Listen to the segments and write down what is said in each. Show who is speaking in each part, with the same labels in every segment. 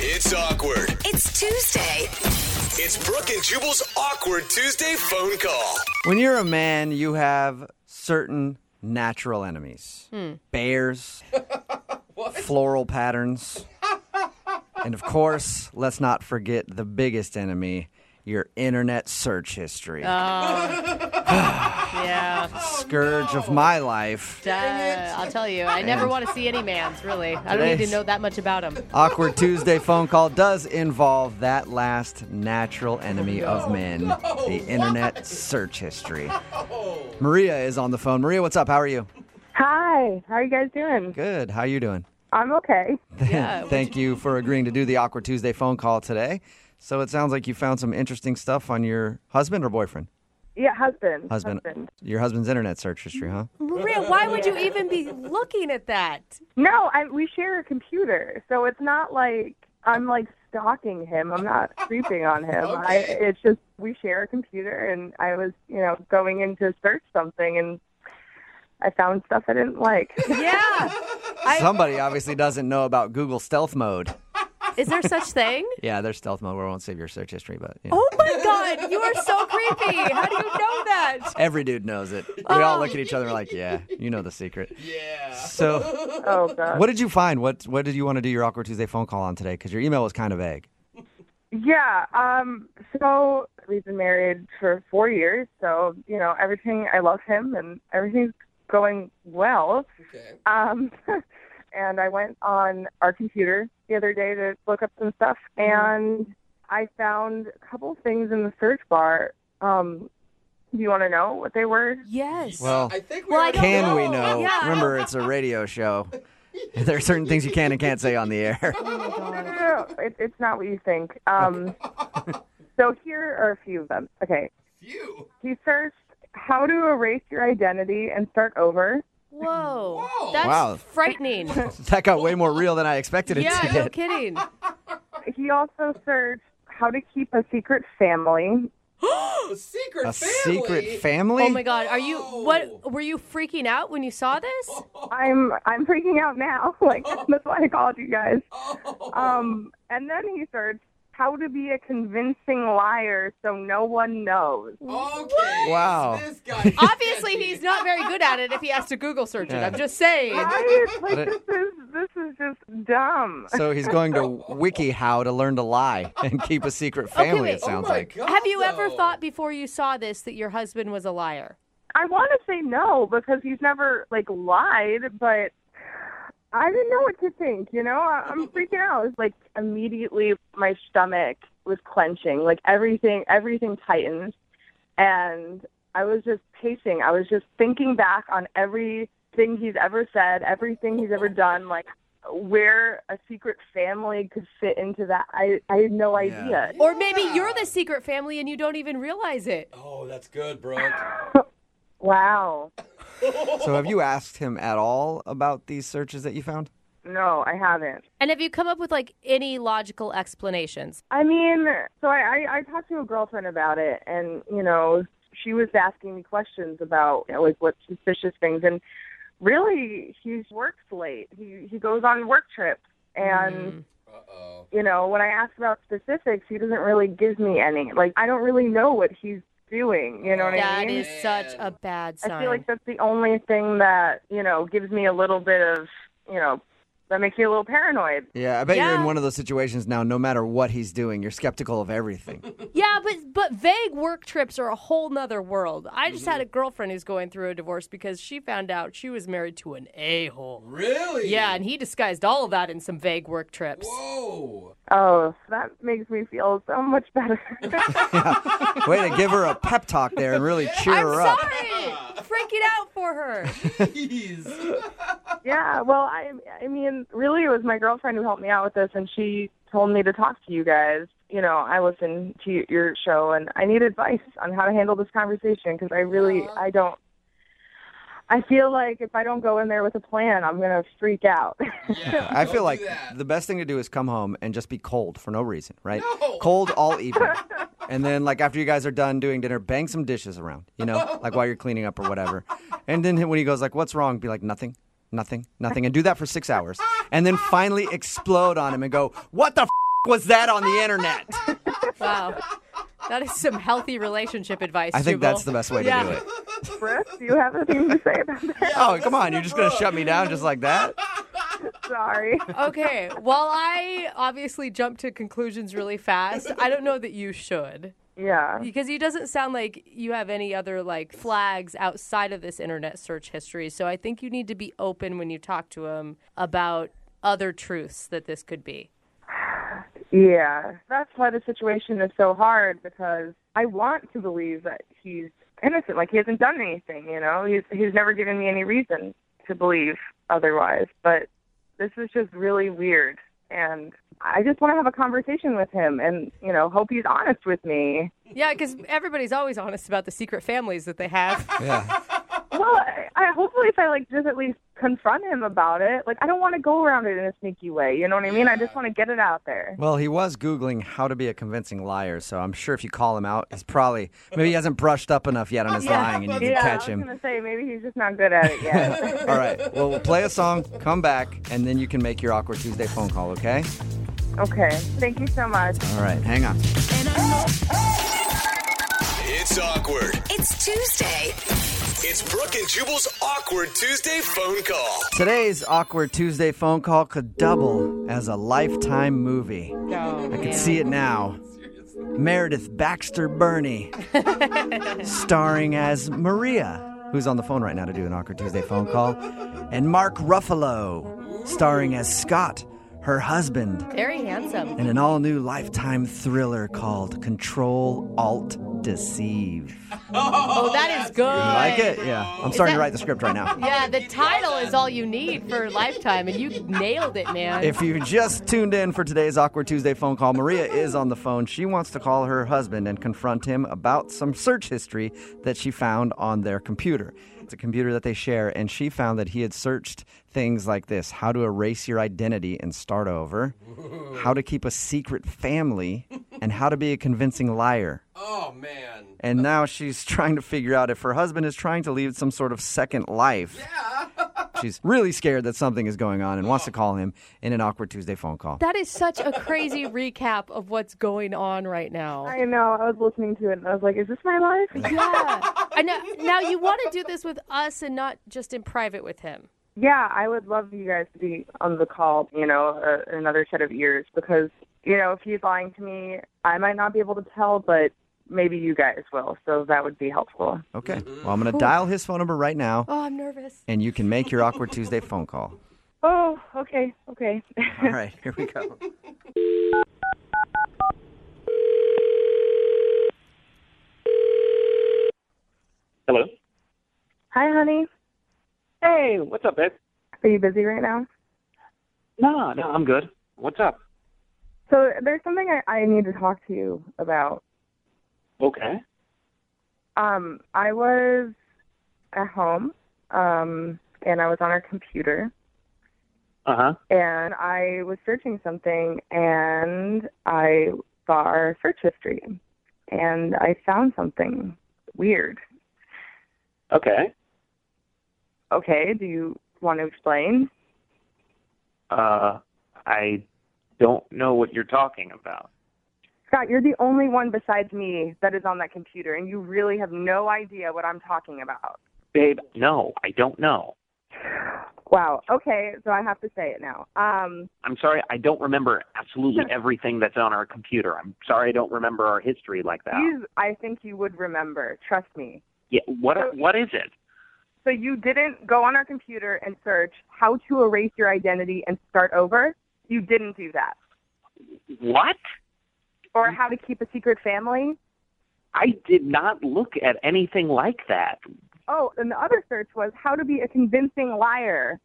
Speaker 1: It's awkward.
Speaker 2: It's Tuesday.
Speaker 1: It's Brooke and Jubal's awkward Tuesday phone call.
Speaker 3: When you're a man, you have certain natural enemies bears, floral patterns, and of course, let's not forget the biggest enemy your internet search history.
Speaker 4: Yeah,
Speaker 3: Scourge of my life.
Speaker 4: uh, I'll tell you. I never want to see any man's really. I don't need
Speaker 3: Today's-
Speaker 4: to know that much about him.
Speaker 3: Awkward Tuesday phone call does involve that last natural enemy of men the internet search history. Maria is on the phone. Maria, what's up? How are you?
Speaker 5: Hi, how are you guys doing?
Speaker 3: Good. How you doing?
Speaker 5: I'm okay.
Speaker 4: Yeah, would
Speaker 3: Thank you for agreeing to do the Awkward Tuesday phone call today. So it sounds like you found some interesting stuff on your husband or boyfriend?
Speaker 5: Yeah, husband.
Speaker 3: Husband. Your husband's internet search history, huh?
Speaker 4: Maria, why would you even be looking at that?
Speaker 5: No, I, we share a computer, so it's not like I'm like stalking him. I'm not creeping on him. I, it's just we share a computer, and I was, you know, going in to search something, and I found stuff I didn't like.
Speaker 4: Yeah,
Speaker 3: Somebody obviously doesn't know about Google stealth mode.
Speaker 4: is there such thing?
Speaker 3: Yeah, there's stealth mode where it won't save your search history, but you know.
Speaker 4: Oh my God, you are so creepy. How do you know that?
Speaker 3: every dude knows it. We all look at each other like, yeah, you know the secret. Yeah. So
Speaker 5: oh god.
Speaker 3: what did you find? What what did you want to do your Awkward Tuesday phone call on today? Because your email was kind of vague.
Speaker 5: Yeah. Um. So we've been married for four years. So you know everything. I love him, and everything's going well. Okay. Um. and I went on our computer the other day to look up some stuff, and I found a couple things in the search bar. Um. Do you want to know what they were?
Speaker 4: Yes.
Speaker 3: Well,
Speaker 4: Well, I don't
Speaker 3: can we know?
Speaker 4: Yeah.
Speaker 3: Remember, it's a radio show. There are certain things you can and can't say on the air.
Speaker 5: No, no, no, no. It, it's not what you think. Um, so here are a few of them. Okay. Few. He searched how to erase your identity and start over.
Speaker 4: Whoa, that's
Speaker 3: Wow.
Speaker 4: frightening.
Speaker 3: That got way more real than I expected it
Speaker 4: yeah,
Speaker 3: to
Speaker 4: no
Speaker 3: get.
Speaker 4: kidding. Oh
Speaker 5: He also searched how to keep a secret family.
Speaker 3: a secret family?
Speaker 4: Oh my God, are you? What were you freaking out when you saw this?
Speaker 5: I'm I'm freaking out now. Like that's why I called you guys. Um, and then he searched how to be a convincing liar so no one knows.
Speaker 6: Okay.
Speaker 3: Wow.
Speaker 6: This guy.
Speaker 4: Obviously, he's not very good at it if he has to Google search it.
Speaker 3: Yeah.
Speaker 4: I'm just saying.
Speaker 5: I, like
Speaker 3: But
Speaker 5: this
Speaker 3: it-
Speaker 5: is this is just dumb.
Speaker 3: So he's going to Wiki How to learn to lie and keep a secret family,
Speaker 4: wait.
Speaker 3: it sounds
Speaker 6: Oh my
Speaker 3: like.
Speaker 6: God,
Speaker 4: Have you ever
Speaker 6: though.
Speaker 4: thought before you saw this that your husband was a liar?
Speaker 5: I want to say no because he's never like lied, but I didn't know what to think. You know, I, I'm freaking out. It's like immediately my stomach was clenching, like everything, everything tightened, and I was just pacing. I was just thinking back on everything he's ever said, everything he's ever done, like where a secret family could fit into that. I I had no idea.
Speaker 4: Or maybe you're the secret family and you don't even realize it.
Speaker 6: Oh, that's good, Brooke.
Speaker 5: Wow.
Speaker 3: So have you asked him at all about these searches that you found?
Speaker 5: No, I haven't.
Speaker 4: And have you come up with like any logical explanations?
Speaker 5: I mean, so I, I, I talked to a girlfriend about it, and you know, she was asking me questions about you know, like what suspicious things, and really, he works late. He he goes on work trips,
Speaker 4: Mm-hmm.
Speaker 5: and
Speaker 6: Uh-oh.
Speaker 5: you know, when I asked about specifics, he doesn't really give me any. Like, I don't really know what he's doing. You know what I
Speaker 4: That
Speaker 5: mean?
Speaker 4: is such a bad sign.
Speaker 5: I feel like that's the only thing that you know gives me a little bit of you know that makes me a little paranoid.
Speaker 3: Yeah, I bet you're in
Speaker 4: Yeah.
Speaker 3: one of those situations now, no matter what he's doing, you're skeptical of everything.
Speaker 4: yeah, but but vague work trips are a whole nother world. I just
Speaker 6: Mm-hmm.
Speaker 4: had a girlfriend who's going through a divorce because she found out she was married to an a hole.
Speaker 6: Really?
Speaker 4: Yeah, and he disguised all of that in some vague work trips.
Speaker 6: Whoa.
Speaker 5: Oh, that makes me feel so much better.
Speaker 3: Way to give her a pep talk there and really cheer
Speaker 4: I'm
Speaker 3: her up.
Speaker 4: sorry, freaking out for her.
Speaker 6: Jeez.
Speaker 5: Yeah, well, I I mean, really, it was my girlfriend who helped me out with this, and she told me to talk to you guys. You know, I listen to your show, and I need advice on how to handle this conversation because I really, I don't. I feel like if I don't go in there with a plan, I'm gonna freak out.
Speaker 6: Yeah.
Speaker 3: I feel
Speaker 6: don't
Speaker 3: like
Speaker 6: do that.
Speaker 3: the best thing to do is come home and just be cold for no reason, right? Cold all evening. and then like after you guys are done doing dinner, bang some dishes around, you know, like while you're cleaning up or whatever. And then when he goes like, "What's wrong?" be like, "Nothing." Nothing, nothing, and do that for six hours, and then finally explode on him and go, "What the f- was that on the internet?
Speaker 4: Wow. That is some healthy relationship advice.
Speaker 3: I think
Speaker 4: Jubal.
Speaker 3: that's the best way to
Speaker 4: Yeah.
Speaker 3: do it.
Speaker 5: Brooke, do you have anything to say about that?
Speaker 3: Oh, come on. You're just going to shut me down just like that?
Speaker 5: Sorry.
Speaker 4: Okay. While I obviously jump to conclusions really fast, I don't know that you should.
Speaker 5: Yeah.
Speaker 4: Because he doesn't sound like you have any other like flags outside of this internet search history. So I think you need to be open when you talk to him about other truths that this could be.
Speaker 5: Yeah. That's why the situation is so hard because I want to believe that he's innocent. Like he hasn't done anything, you know? He's he's never given me any reason to believe otherwise. But this is just really weird and I just want to have a conversation with him and, you know, hope he's honest with me.
Speaker 4: Yeah, because everybody's always honest about the secret families that they have.
Speaker 3: Yeah.
Speaker 5: Well, I, I hopefully if I like just at least confront him about it, like I don't want to go around it in a sneaky way, you know what I mean? I just want to get it out there.
Speaker 3: Well, he was Googling how to be a convincing liar. So I'm sure if you call him out, he's probably, maybe he hasn't brushed up enough yet on his lying and you can
Speaker 5: yeah,
Speaker 3: catch
Speaker 5: I was
Speaker 3: him.
Speaker 5: gonna say maybe he's just not good at it yet.
Speaker 3: All right. Well, we'll play a song, come back, and then you can make your Awkward Tuesday phone call, okay?
Speaker 5: okay, thank you so much.
Speaker 3: All right. Hang on.
Speaker 1: It's awkward.
Speaker 2: It's Tuesday.
Speaker 1: It's Brooke and Jubal's Awkward Tuesday phone call.
Speaker 3: Today's Awkward Tuesday phone call could double as a lifetime movie. I can see it now. Meredith Baxter Burney, starring as Maria, who's on the phone right now to do an Awkward Tuesday phone call, and Mark Ruffalo, starring as Scott, her husband,
Speaker 4: Very handsome.
Speaker 3: in an all new lifetime thriller called Control Alt Deceive. You
Speaker 4: Oh, that is good.
Speaker 3: like it? Yeah. I'm starting to write the script right now.
Speaker 4: Yeah, the title is all you need for Lifetime, and you nailed it, man.
Speaker 3: If you just tuned in for today's Awkward Tuesday phone call, Maria is on the phone. She wants to call her husband and confront him about some search history that she found on their computer. It's a computer that they share, and she found that he had searched things like this how to erase your identity and start over, how to keep a secret family, and how to be a convincing liar.
Speaker 6: Oh man.
Speaker 3: And now she's trying to figure out if her husband is trying to lead some sort of second life. she's really scared that something is going on and wants to call him in an awkward Tuesday phone call.
Speaker 4: that is such a crazy recap of what's going on right now.
Speaker 5: I know. I was listening to it and I was like, "Is this my life?"
Speaker 4: Yeah. And now, now you want to do this with us and not just in private with him.
Speaker 5: yeah, I would love you guys to be on the call. You know, uh, another set of ears because you know if he's lying to me, I might not be able to tell, but maybe you guys will. So that would be helpful.
Speaker 3: Okay. Well, I'm going to dial his phone number right now,
Speaker 4: Oh, I'm nervous.
Speaker 3: and you can make your awkward Tuesday phone call.
Speaker 5: Oh, okay, okay.
Speaker 3: All right, here we go.
Speaker 7: Hello.
Speaker 5: Hi, honey.
Speaker 7: Hey, what's up, babe?
Speaker 5: Are you busy right now?
Speaker 7: No, no, I'm good. What's up?
Speaker 5: So there's something I, I need to talk to you about.
Speaker 7: Okay.
Speaker 5: Um, I was at home, um, and I was on our computer.
Speaker 7: Uh huh.
Speaker 5: and I was searching something and I saw our search history and I found something weird.
Speaker 7: Okay.
Speaker 5: Okay, do you want to explain?
Speaker 7: Uh, I don't know what you're talking about.
Speaker 5: Scott, you're the only one besides me that is on that computer and you really have no idea what I'm talking about.
Speaker 7: Babe, no, I don't know.
Speaker 5: Wow. Okay, so I have to say it now. Um
Speaker 7: I'm sorry, I don't remember absolutely everything that's on our computer. I'm sorry I don't remember our history like that.
Speaker 5: you I think you would remember, trust me.
Speaker 7: Yeah, what what is it?
Speaker 5: So you didn't go on our computer and search how to erase your identity and start over? You didn't do that.
Speaker 7: What?
Speaker 5: Or how to keep a secret family?
Speaker 7: I did not look at anything like that.
Speaker 5: Oh, and the other search was how to be a convincing liar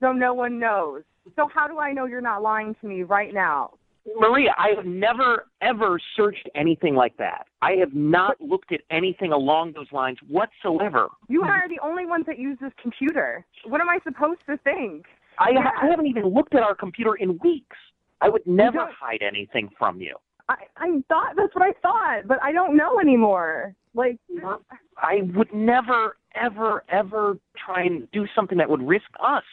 Speaker 5: so no one knows. So how do I know you're not lying to me right now?
Speaker 7: Maria, I have never ever searched anything like that. I have not looked at anything along those lines whatsoever.
Speaker 5: You and I are the only ones that use this computer. What am I supposed to think?
Speaker 7: I,
Speaker 5: Yeah.
Speaker 7: I haven't even looked at our computer in weeks. I would never
Speaker 5: don't-
Speaker 7: hide anything from you.
Speaker 5: I, I thought that's what I thought, but I don't know anymore. Like,
Speaker 7: I would never, ever, ever try and do something that would risk us.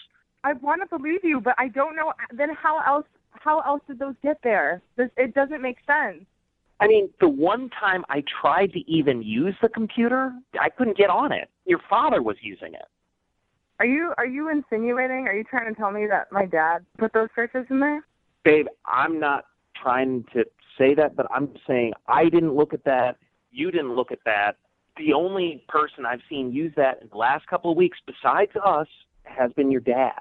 Speaker 5: I want to believe you, but I don't know. Then how else? how else did those get there? This, it doesn't make sense.
Speaker 7: I mean, the one time I tried to even use the computer, I couldn't get on it. Your father was using it.
Speaker 5: Are you are you insinuating? Are you trying to tell me that my dad put those searches in there?
Speaker 7: Babe, I'm not trying to say that, but I'm saying I didn't look at that. You didn't look at that. The only person I've seen use that in the last couple of weeks besides us has been your dad.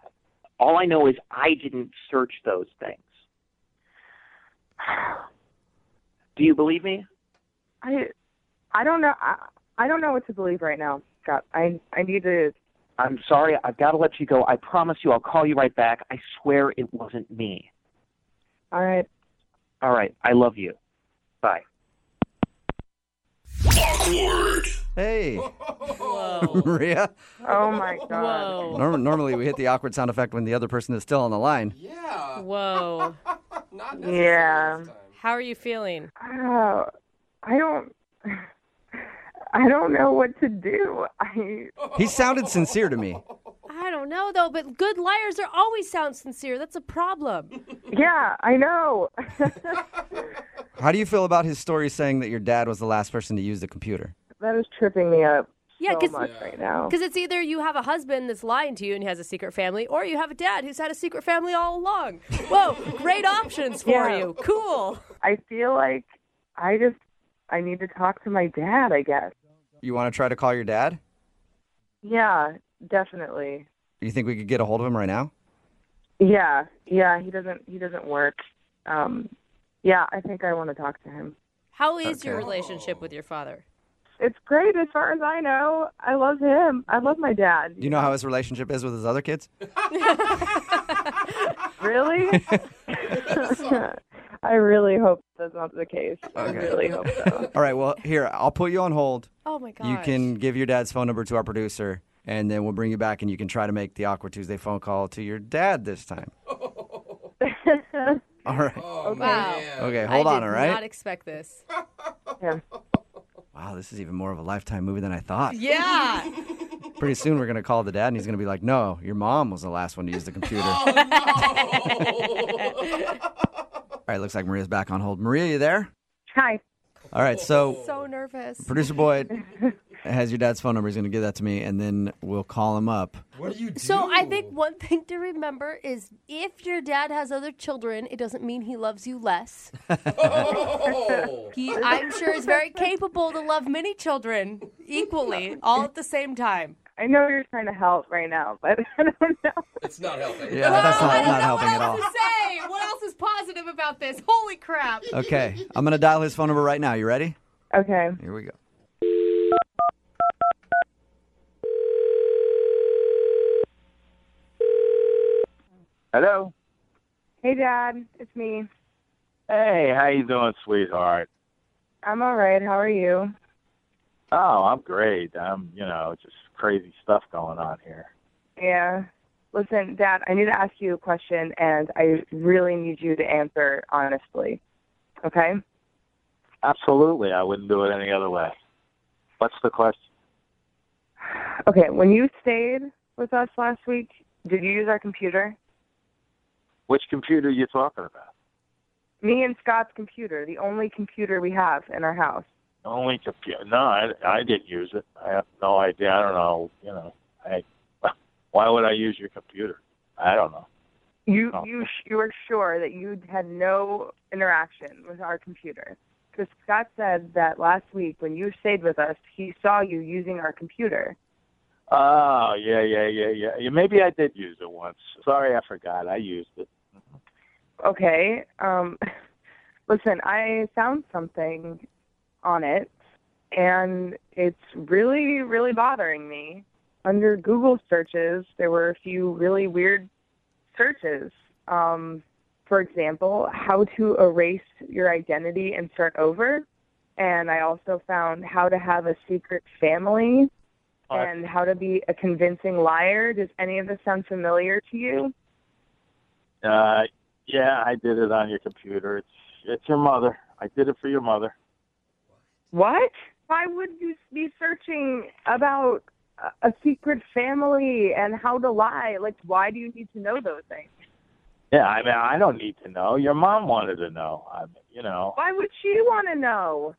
Speaker 7: All I know is I didn't search those things. Do you believe me?
Speaker 5: I I don't know. I, I don't know what to believe right now, Scott. I I need to.
Speaker 7: I'm sorry, I've got to let you go. I promise you I'll call you right back. I swear it wasn't me.
Speaker 5: All right.
Speaker 7: All right, I love you. Bye.
Speaker 1: Awkward.
Speaker 3: Hey,
Speaker 4: Whoa.
Speaker 3: Maria.
Speaker 5: Oh my god.
Speaker 4: Whoa.
Speaker 3: Norm- normally we hit the awkward sound effect when the other person is still on the line. Uh,
Speaker 6: Yeah.
Speaker 4: Whoa.
Speaker 6: Not necessarily
Speaker 5: Yeah.
Speaker 6: this time.
Speaker 4: How are you feeling?
Speaker 5: Oh, I don't. I don't know what to do. I
Speaker 3: He sounded sincere to me.
Speaker 4: I don't know though, but good liars are always sound sincere. That's a problem.
Speaker 5: yeah, I know.
Speaker 3: How do you feel about his story saying that your dad was the last person to use the computer?
Speaker 5: that is tripping me up
Speaker 4: Yeah,
Speaker 5: so
Speaker 4: because
Speaker 5: much right now.
Speaker 4: Because it's either you have a husband that's lying to you and he has a secret family, or you have a dad who's had a secret family all along. Whoa, great options for
Speaker 5: Yeah.
Speaker 4: you. Cool.
Speaker 5: I feel like I just I need to talk to my dad. I guess.
Speaker 3: You want to try to call your dad?
Speaker 5: Yeah, definitely.
Speaker 3: You think we could get a hold of him right now?
Speaker 5: Yeah, yeah. He doesn't. He doesn't work. Um, yeah, I think I want to talk to him.
Speaker 4: How is your relationship with your father?
Speaker 5: It's great as far as I know. I love him. I love my dad.
Speaker 3: Do you know how his relationship is with his other kids?
Speaker 5: Really? I really hope that's not the case. I really hope so.
Speaker 3: All right, well, here, I'll put you on hold.
Speaker 4: Oh my gosh.
Speaker 3: You can give your dad's phone number to our producer, and then we'll bring you back and you can try to make the Awkward Tuesday phone call to your dad this time. all right.
Speaker 6: Oh,
Speaker 4: Wow.
Speaker 6: man.
Speaker 3: Okay, hold
Speaker 4: I
Speaker 3: on,
Speaker 4: did
Speaker 3: all
Speaker 4: Not
Speaker 3: right?
Speaker 4: expect this.
Speaker 5: Yeah.
Speaker 3: wow, this is even more of a lifetime movie than I thought.
Speaker 4: Yeah.
Speaker 3: Pretty soon we're going to call the dad, and he's going to be like, no, your mom was the last one to use the computer. all right, looks like Maria's back on hold. Maria, you there?
Speaker 5: Hi.
Speaker 3: All right, so
Speaker 4: so nervous.
Speaker 3: producer Boyd has your dad's phone number. He's going to give that to me, and then we'll call him up.
Speaker 6: What do you do?
Speaker 4: So I think one thing to remember is if your dad has other children, it doesn't mean he loves you less.
Speaker 6: Oh.
Speaker 4: He, I'm sure, is very capable to love many children equally, all at the same time.
Speaker 5: I know you're trying to help right now, but I don't know.
Speaker 6: it's not helping.
Speaker 3: Yeah, Uh, that's
Speaker 4: I
Speaker 3: not,
Speaker 4: don't
Speaker 3: not
Speaker 4: know
Speaker 3: helping
Speaker 4: what
Speaker 3: at all.
Speaker 4: else to say. What else is positive about this? Holy crap!
Speaker 3: Okay, I'm going to dial his phone number right now. You ready?
Speaker 5: Okay.
Speaker 3: Here we go.
Speaker 2: Hello.
Speaker 5: Hey, Dad. It's me.
Speaker 2: Hey, how you doing, sweetheart?
Speaker 5: I'm all right. How are you?
Speaker 2: Oh, I'm great. I'm, you know, just crazy stuff going on here.
Speaker 5: Yeah. Listen, Dad, I need to ask you a question, and I really need you to answer honestly. Okay?
Speaker 2: Absolutely, I wouldn't do it any other way. What's the question?
Speaker 5: Okay. When you stayed with us last week, did you use our computer?
Speaker 2: Which computer are you talking about?
Speaker 5: Me and Scott's computer, the only computer we have in our house.
Speaker 2: Only computer? No, I, I didn't use it. I have no idea. I don't know. You know, I why would I use your computer? I don't know.
Speaker 5: You
Speaker 2: Oh.
Speaker 5: you sh- you were sure that you had no interaction with our computer because Scott said that last week when you stayed with us, he saw you using our computer.
Speaker 2: Oh, yeah, yeah, yeah, yeah, yeah. Maybe I did use it once. Sorry, I forgot. I used it.
Speaker 5: Okay, um, listen, I found something on it, and it's really really bothering me. Under Google searches, there were a few really weird searches. Um, for example, how to erase your identity and start over. And I also found how to have a secret family
Speaker 2: All right.
Speaker 5: and how to be a convincing liar. Does any of this sound familiar to you?
Speaker 2: Uh, yeah, I did it on your computer. It's it's your mother. I did it for your mother.
Speaker 5: What? Why would you be searching about a- a secret family and how to lie? Like, why do you need to know those things?
Speaker 2: Yeah, I mean, I don't need to know. Your mom wanted to know. I mean, you know.
Speaker 5: Why would she want to know?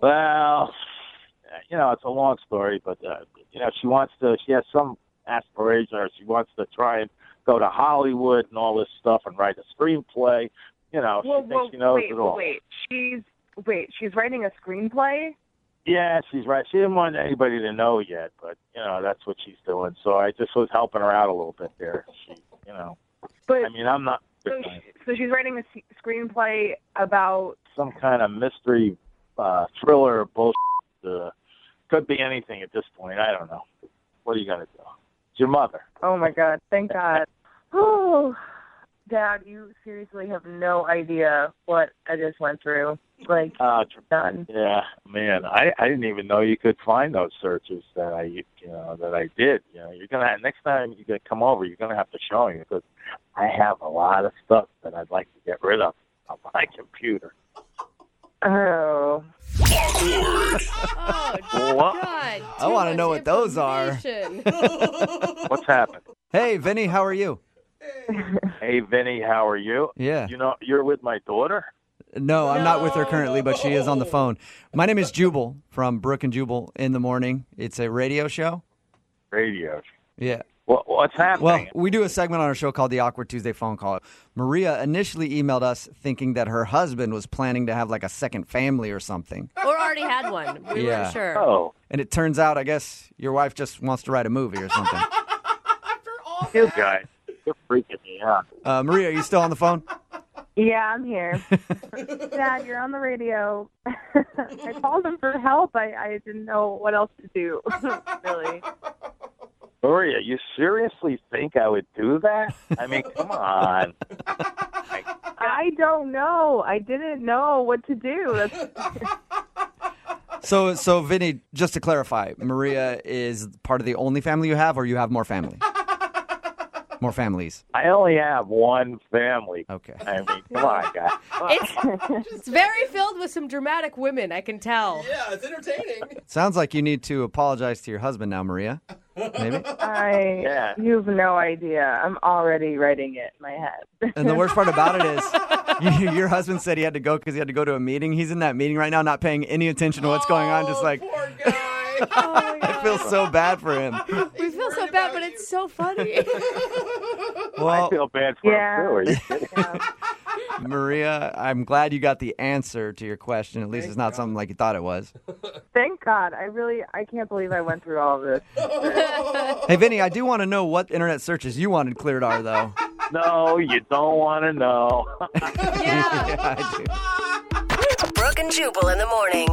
Speaker 2: Well, you know, it's a long story, but uh, you know, she wants to. She has some aspiration, or she wants to try and go to Hollywood and all this stuff, and write a screenplay. You know,
Speaker 5: well,
Speaker 2: she thinks
Speaker 5: well,
Speaker 2: she knows
Speaker 5: wait,
Speaker 2: it all.
Speaker 5: wait. She's wait. She's writing a screenplay.
Speaker 2: Yeah, she's right. She didn't want anybody to know yet, but you know, that's what she's doing. So I just was helping her out a little bit there. She, you know,
Speaker 5: But
Speaker 2: I mean, I'm not
Speaker 5: so, she, so she's writing a s- screenplay about
Speaker 2: some kind of mystery uh, thriller bullshit. Uh, could be anything at this point. I don't know. What are you gonna do? It's your mother.
Speaker 5: Oh my God! Thank God. Oh, Dad, you seriously have no idea what I just went through. Like
Speaker 2: Uh, tr-
Speaker 5: none.
Speaker 2: yeah, man, I I didn't even know you could find those searches that I you know that I did. You know, you're gonna next time you gonna come over, you're gonna have to show me because I have a lot of stuff that I'd like to get rid of on my computer.
Speaker 5: Oh,
Speaker 4: Oh,
Speaker 2: What?
Speaker 4: God.
Speaker 3: I
Speaker 4: too
Speaker 3: wanna
Speaker 4: much
Speaker 3: know what those are.
Speaker 4: information.
Speaker 2: What's happened?
Speaker 3: Hey, Vinny, how are you?
Speaker 2: Hey, Vinny, how are you?
Speaker 3: Yeah.
Speaker 2: You know, you're with my daughter.
Speaker 3: No, I'm not with her currently, but she is on the phone. My name is Jubal from Brook and Jubal in the Morning. It's a radio show.
Speaker 2: Radio.
Speaker 3: Yeah.
Speaker 2: What, what's
Speaker 3: Well,
Speaker 2: happening?
Speaker 3: we do a segment on our show called the Awkward Tuesday Phone Call. Maria initially emailed us thinking that her husband was planning to have like a second family or something.
Speaker 4: or already had one. We
Speaker 3: Yeah.
Speaker 4: weren't sure.
Speaker 2: oh,
Speaker 3: And it turns out, I guess, your wife just wants to write a movie or something.
Speaker 2: you guys, you're freaking me out.
Speaker 3: Uh, Maria, are you still on the phone?
Speaker 5: yeah, I'm here. Dad, you're on the radio. I called him for help. I I didn't know what else to do. really?
Speaker 2: Maria, you seriously think I would do that? I mean, come on.
Speaker 5: I don't know. I didn't know what to do. That's,
Speaker 3: So, so Vinny, just to clarify, Maria is part of the only family you have, or you have more family? More families.
Speaker 2: I only have one family.
Speaker 3: Okay.
Speaker 2: I mean, come on, guys.
Speaker 4: It's, it's very filled with some dramatic women, I can tell.
Speaker 6: Yeah, it's entertaining.
Speaker 3: Sounds like you need to apologize to your husband now, Maria. Maybe.
Speaker 5: I.
Speaker 2: Yeah.
Speaker 5: You've no idea. I'm already writing it in my head.
Speaker 3: And the worst part about it is, you, your husband said he had to go because he had to go to a meeting. He's in that meeting right now, not paying any attention to what's going on. Just
Speaker 6: Oh,
Speaker 3: like
Speaker 6: poor guy.
Speaker 3: I feel so bad for him.
Speaker 4: We feel so bad, but it's so funny.
Speaker 2: I
Speaker 3: Well,
Speaker 2: feel bad for
Speaker 5: Yeah.
Speaker 2: him, too. Are you kidding?
Speaker 3: Maria, I'm glad you got the answer to your question. At least it's not something like you thought it was.
Speaker 5: Thank God. I really. I can't believe I went through all of this.
Speaker 3: Hey, Vinny, I do want to know what internet searches you wanted cleared are, though.
Speaker 2: no, you don't want to know.
Speaker 4: yeah.
Speaker 3: I do.
Speaker 8: Brooke and Jubal in the morning.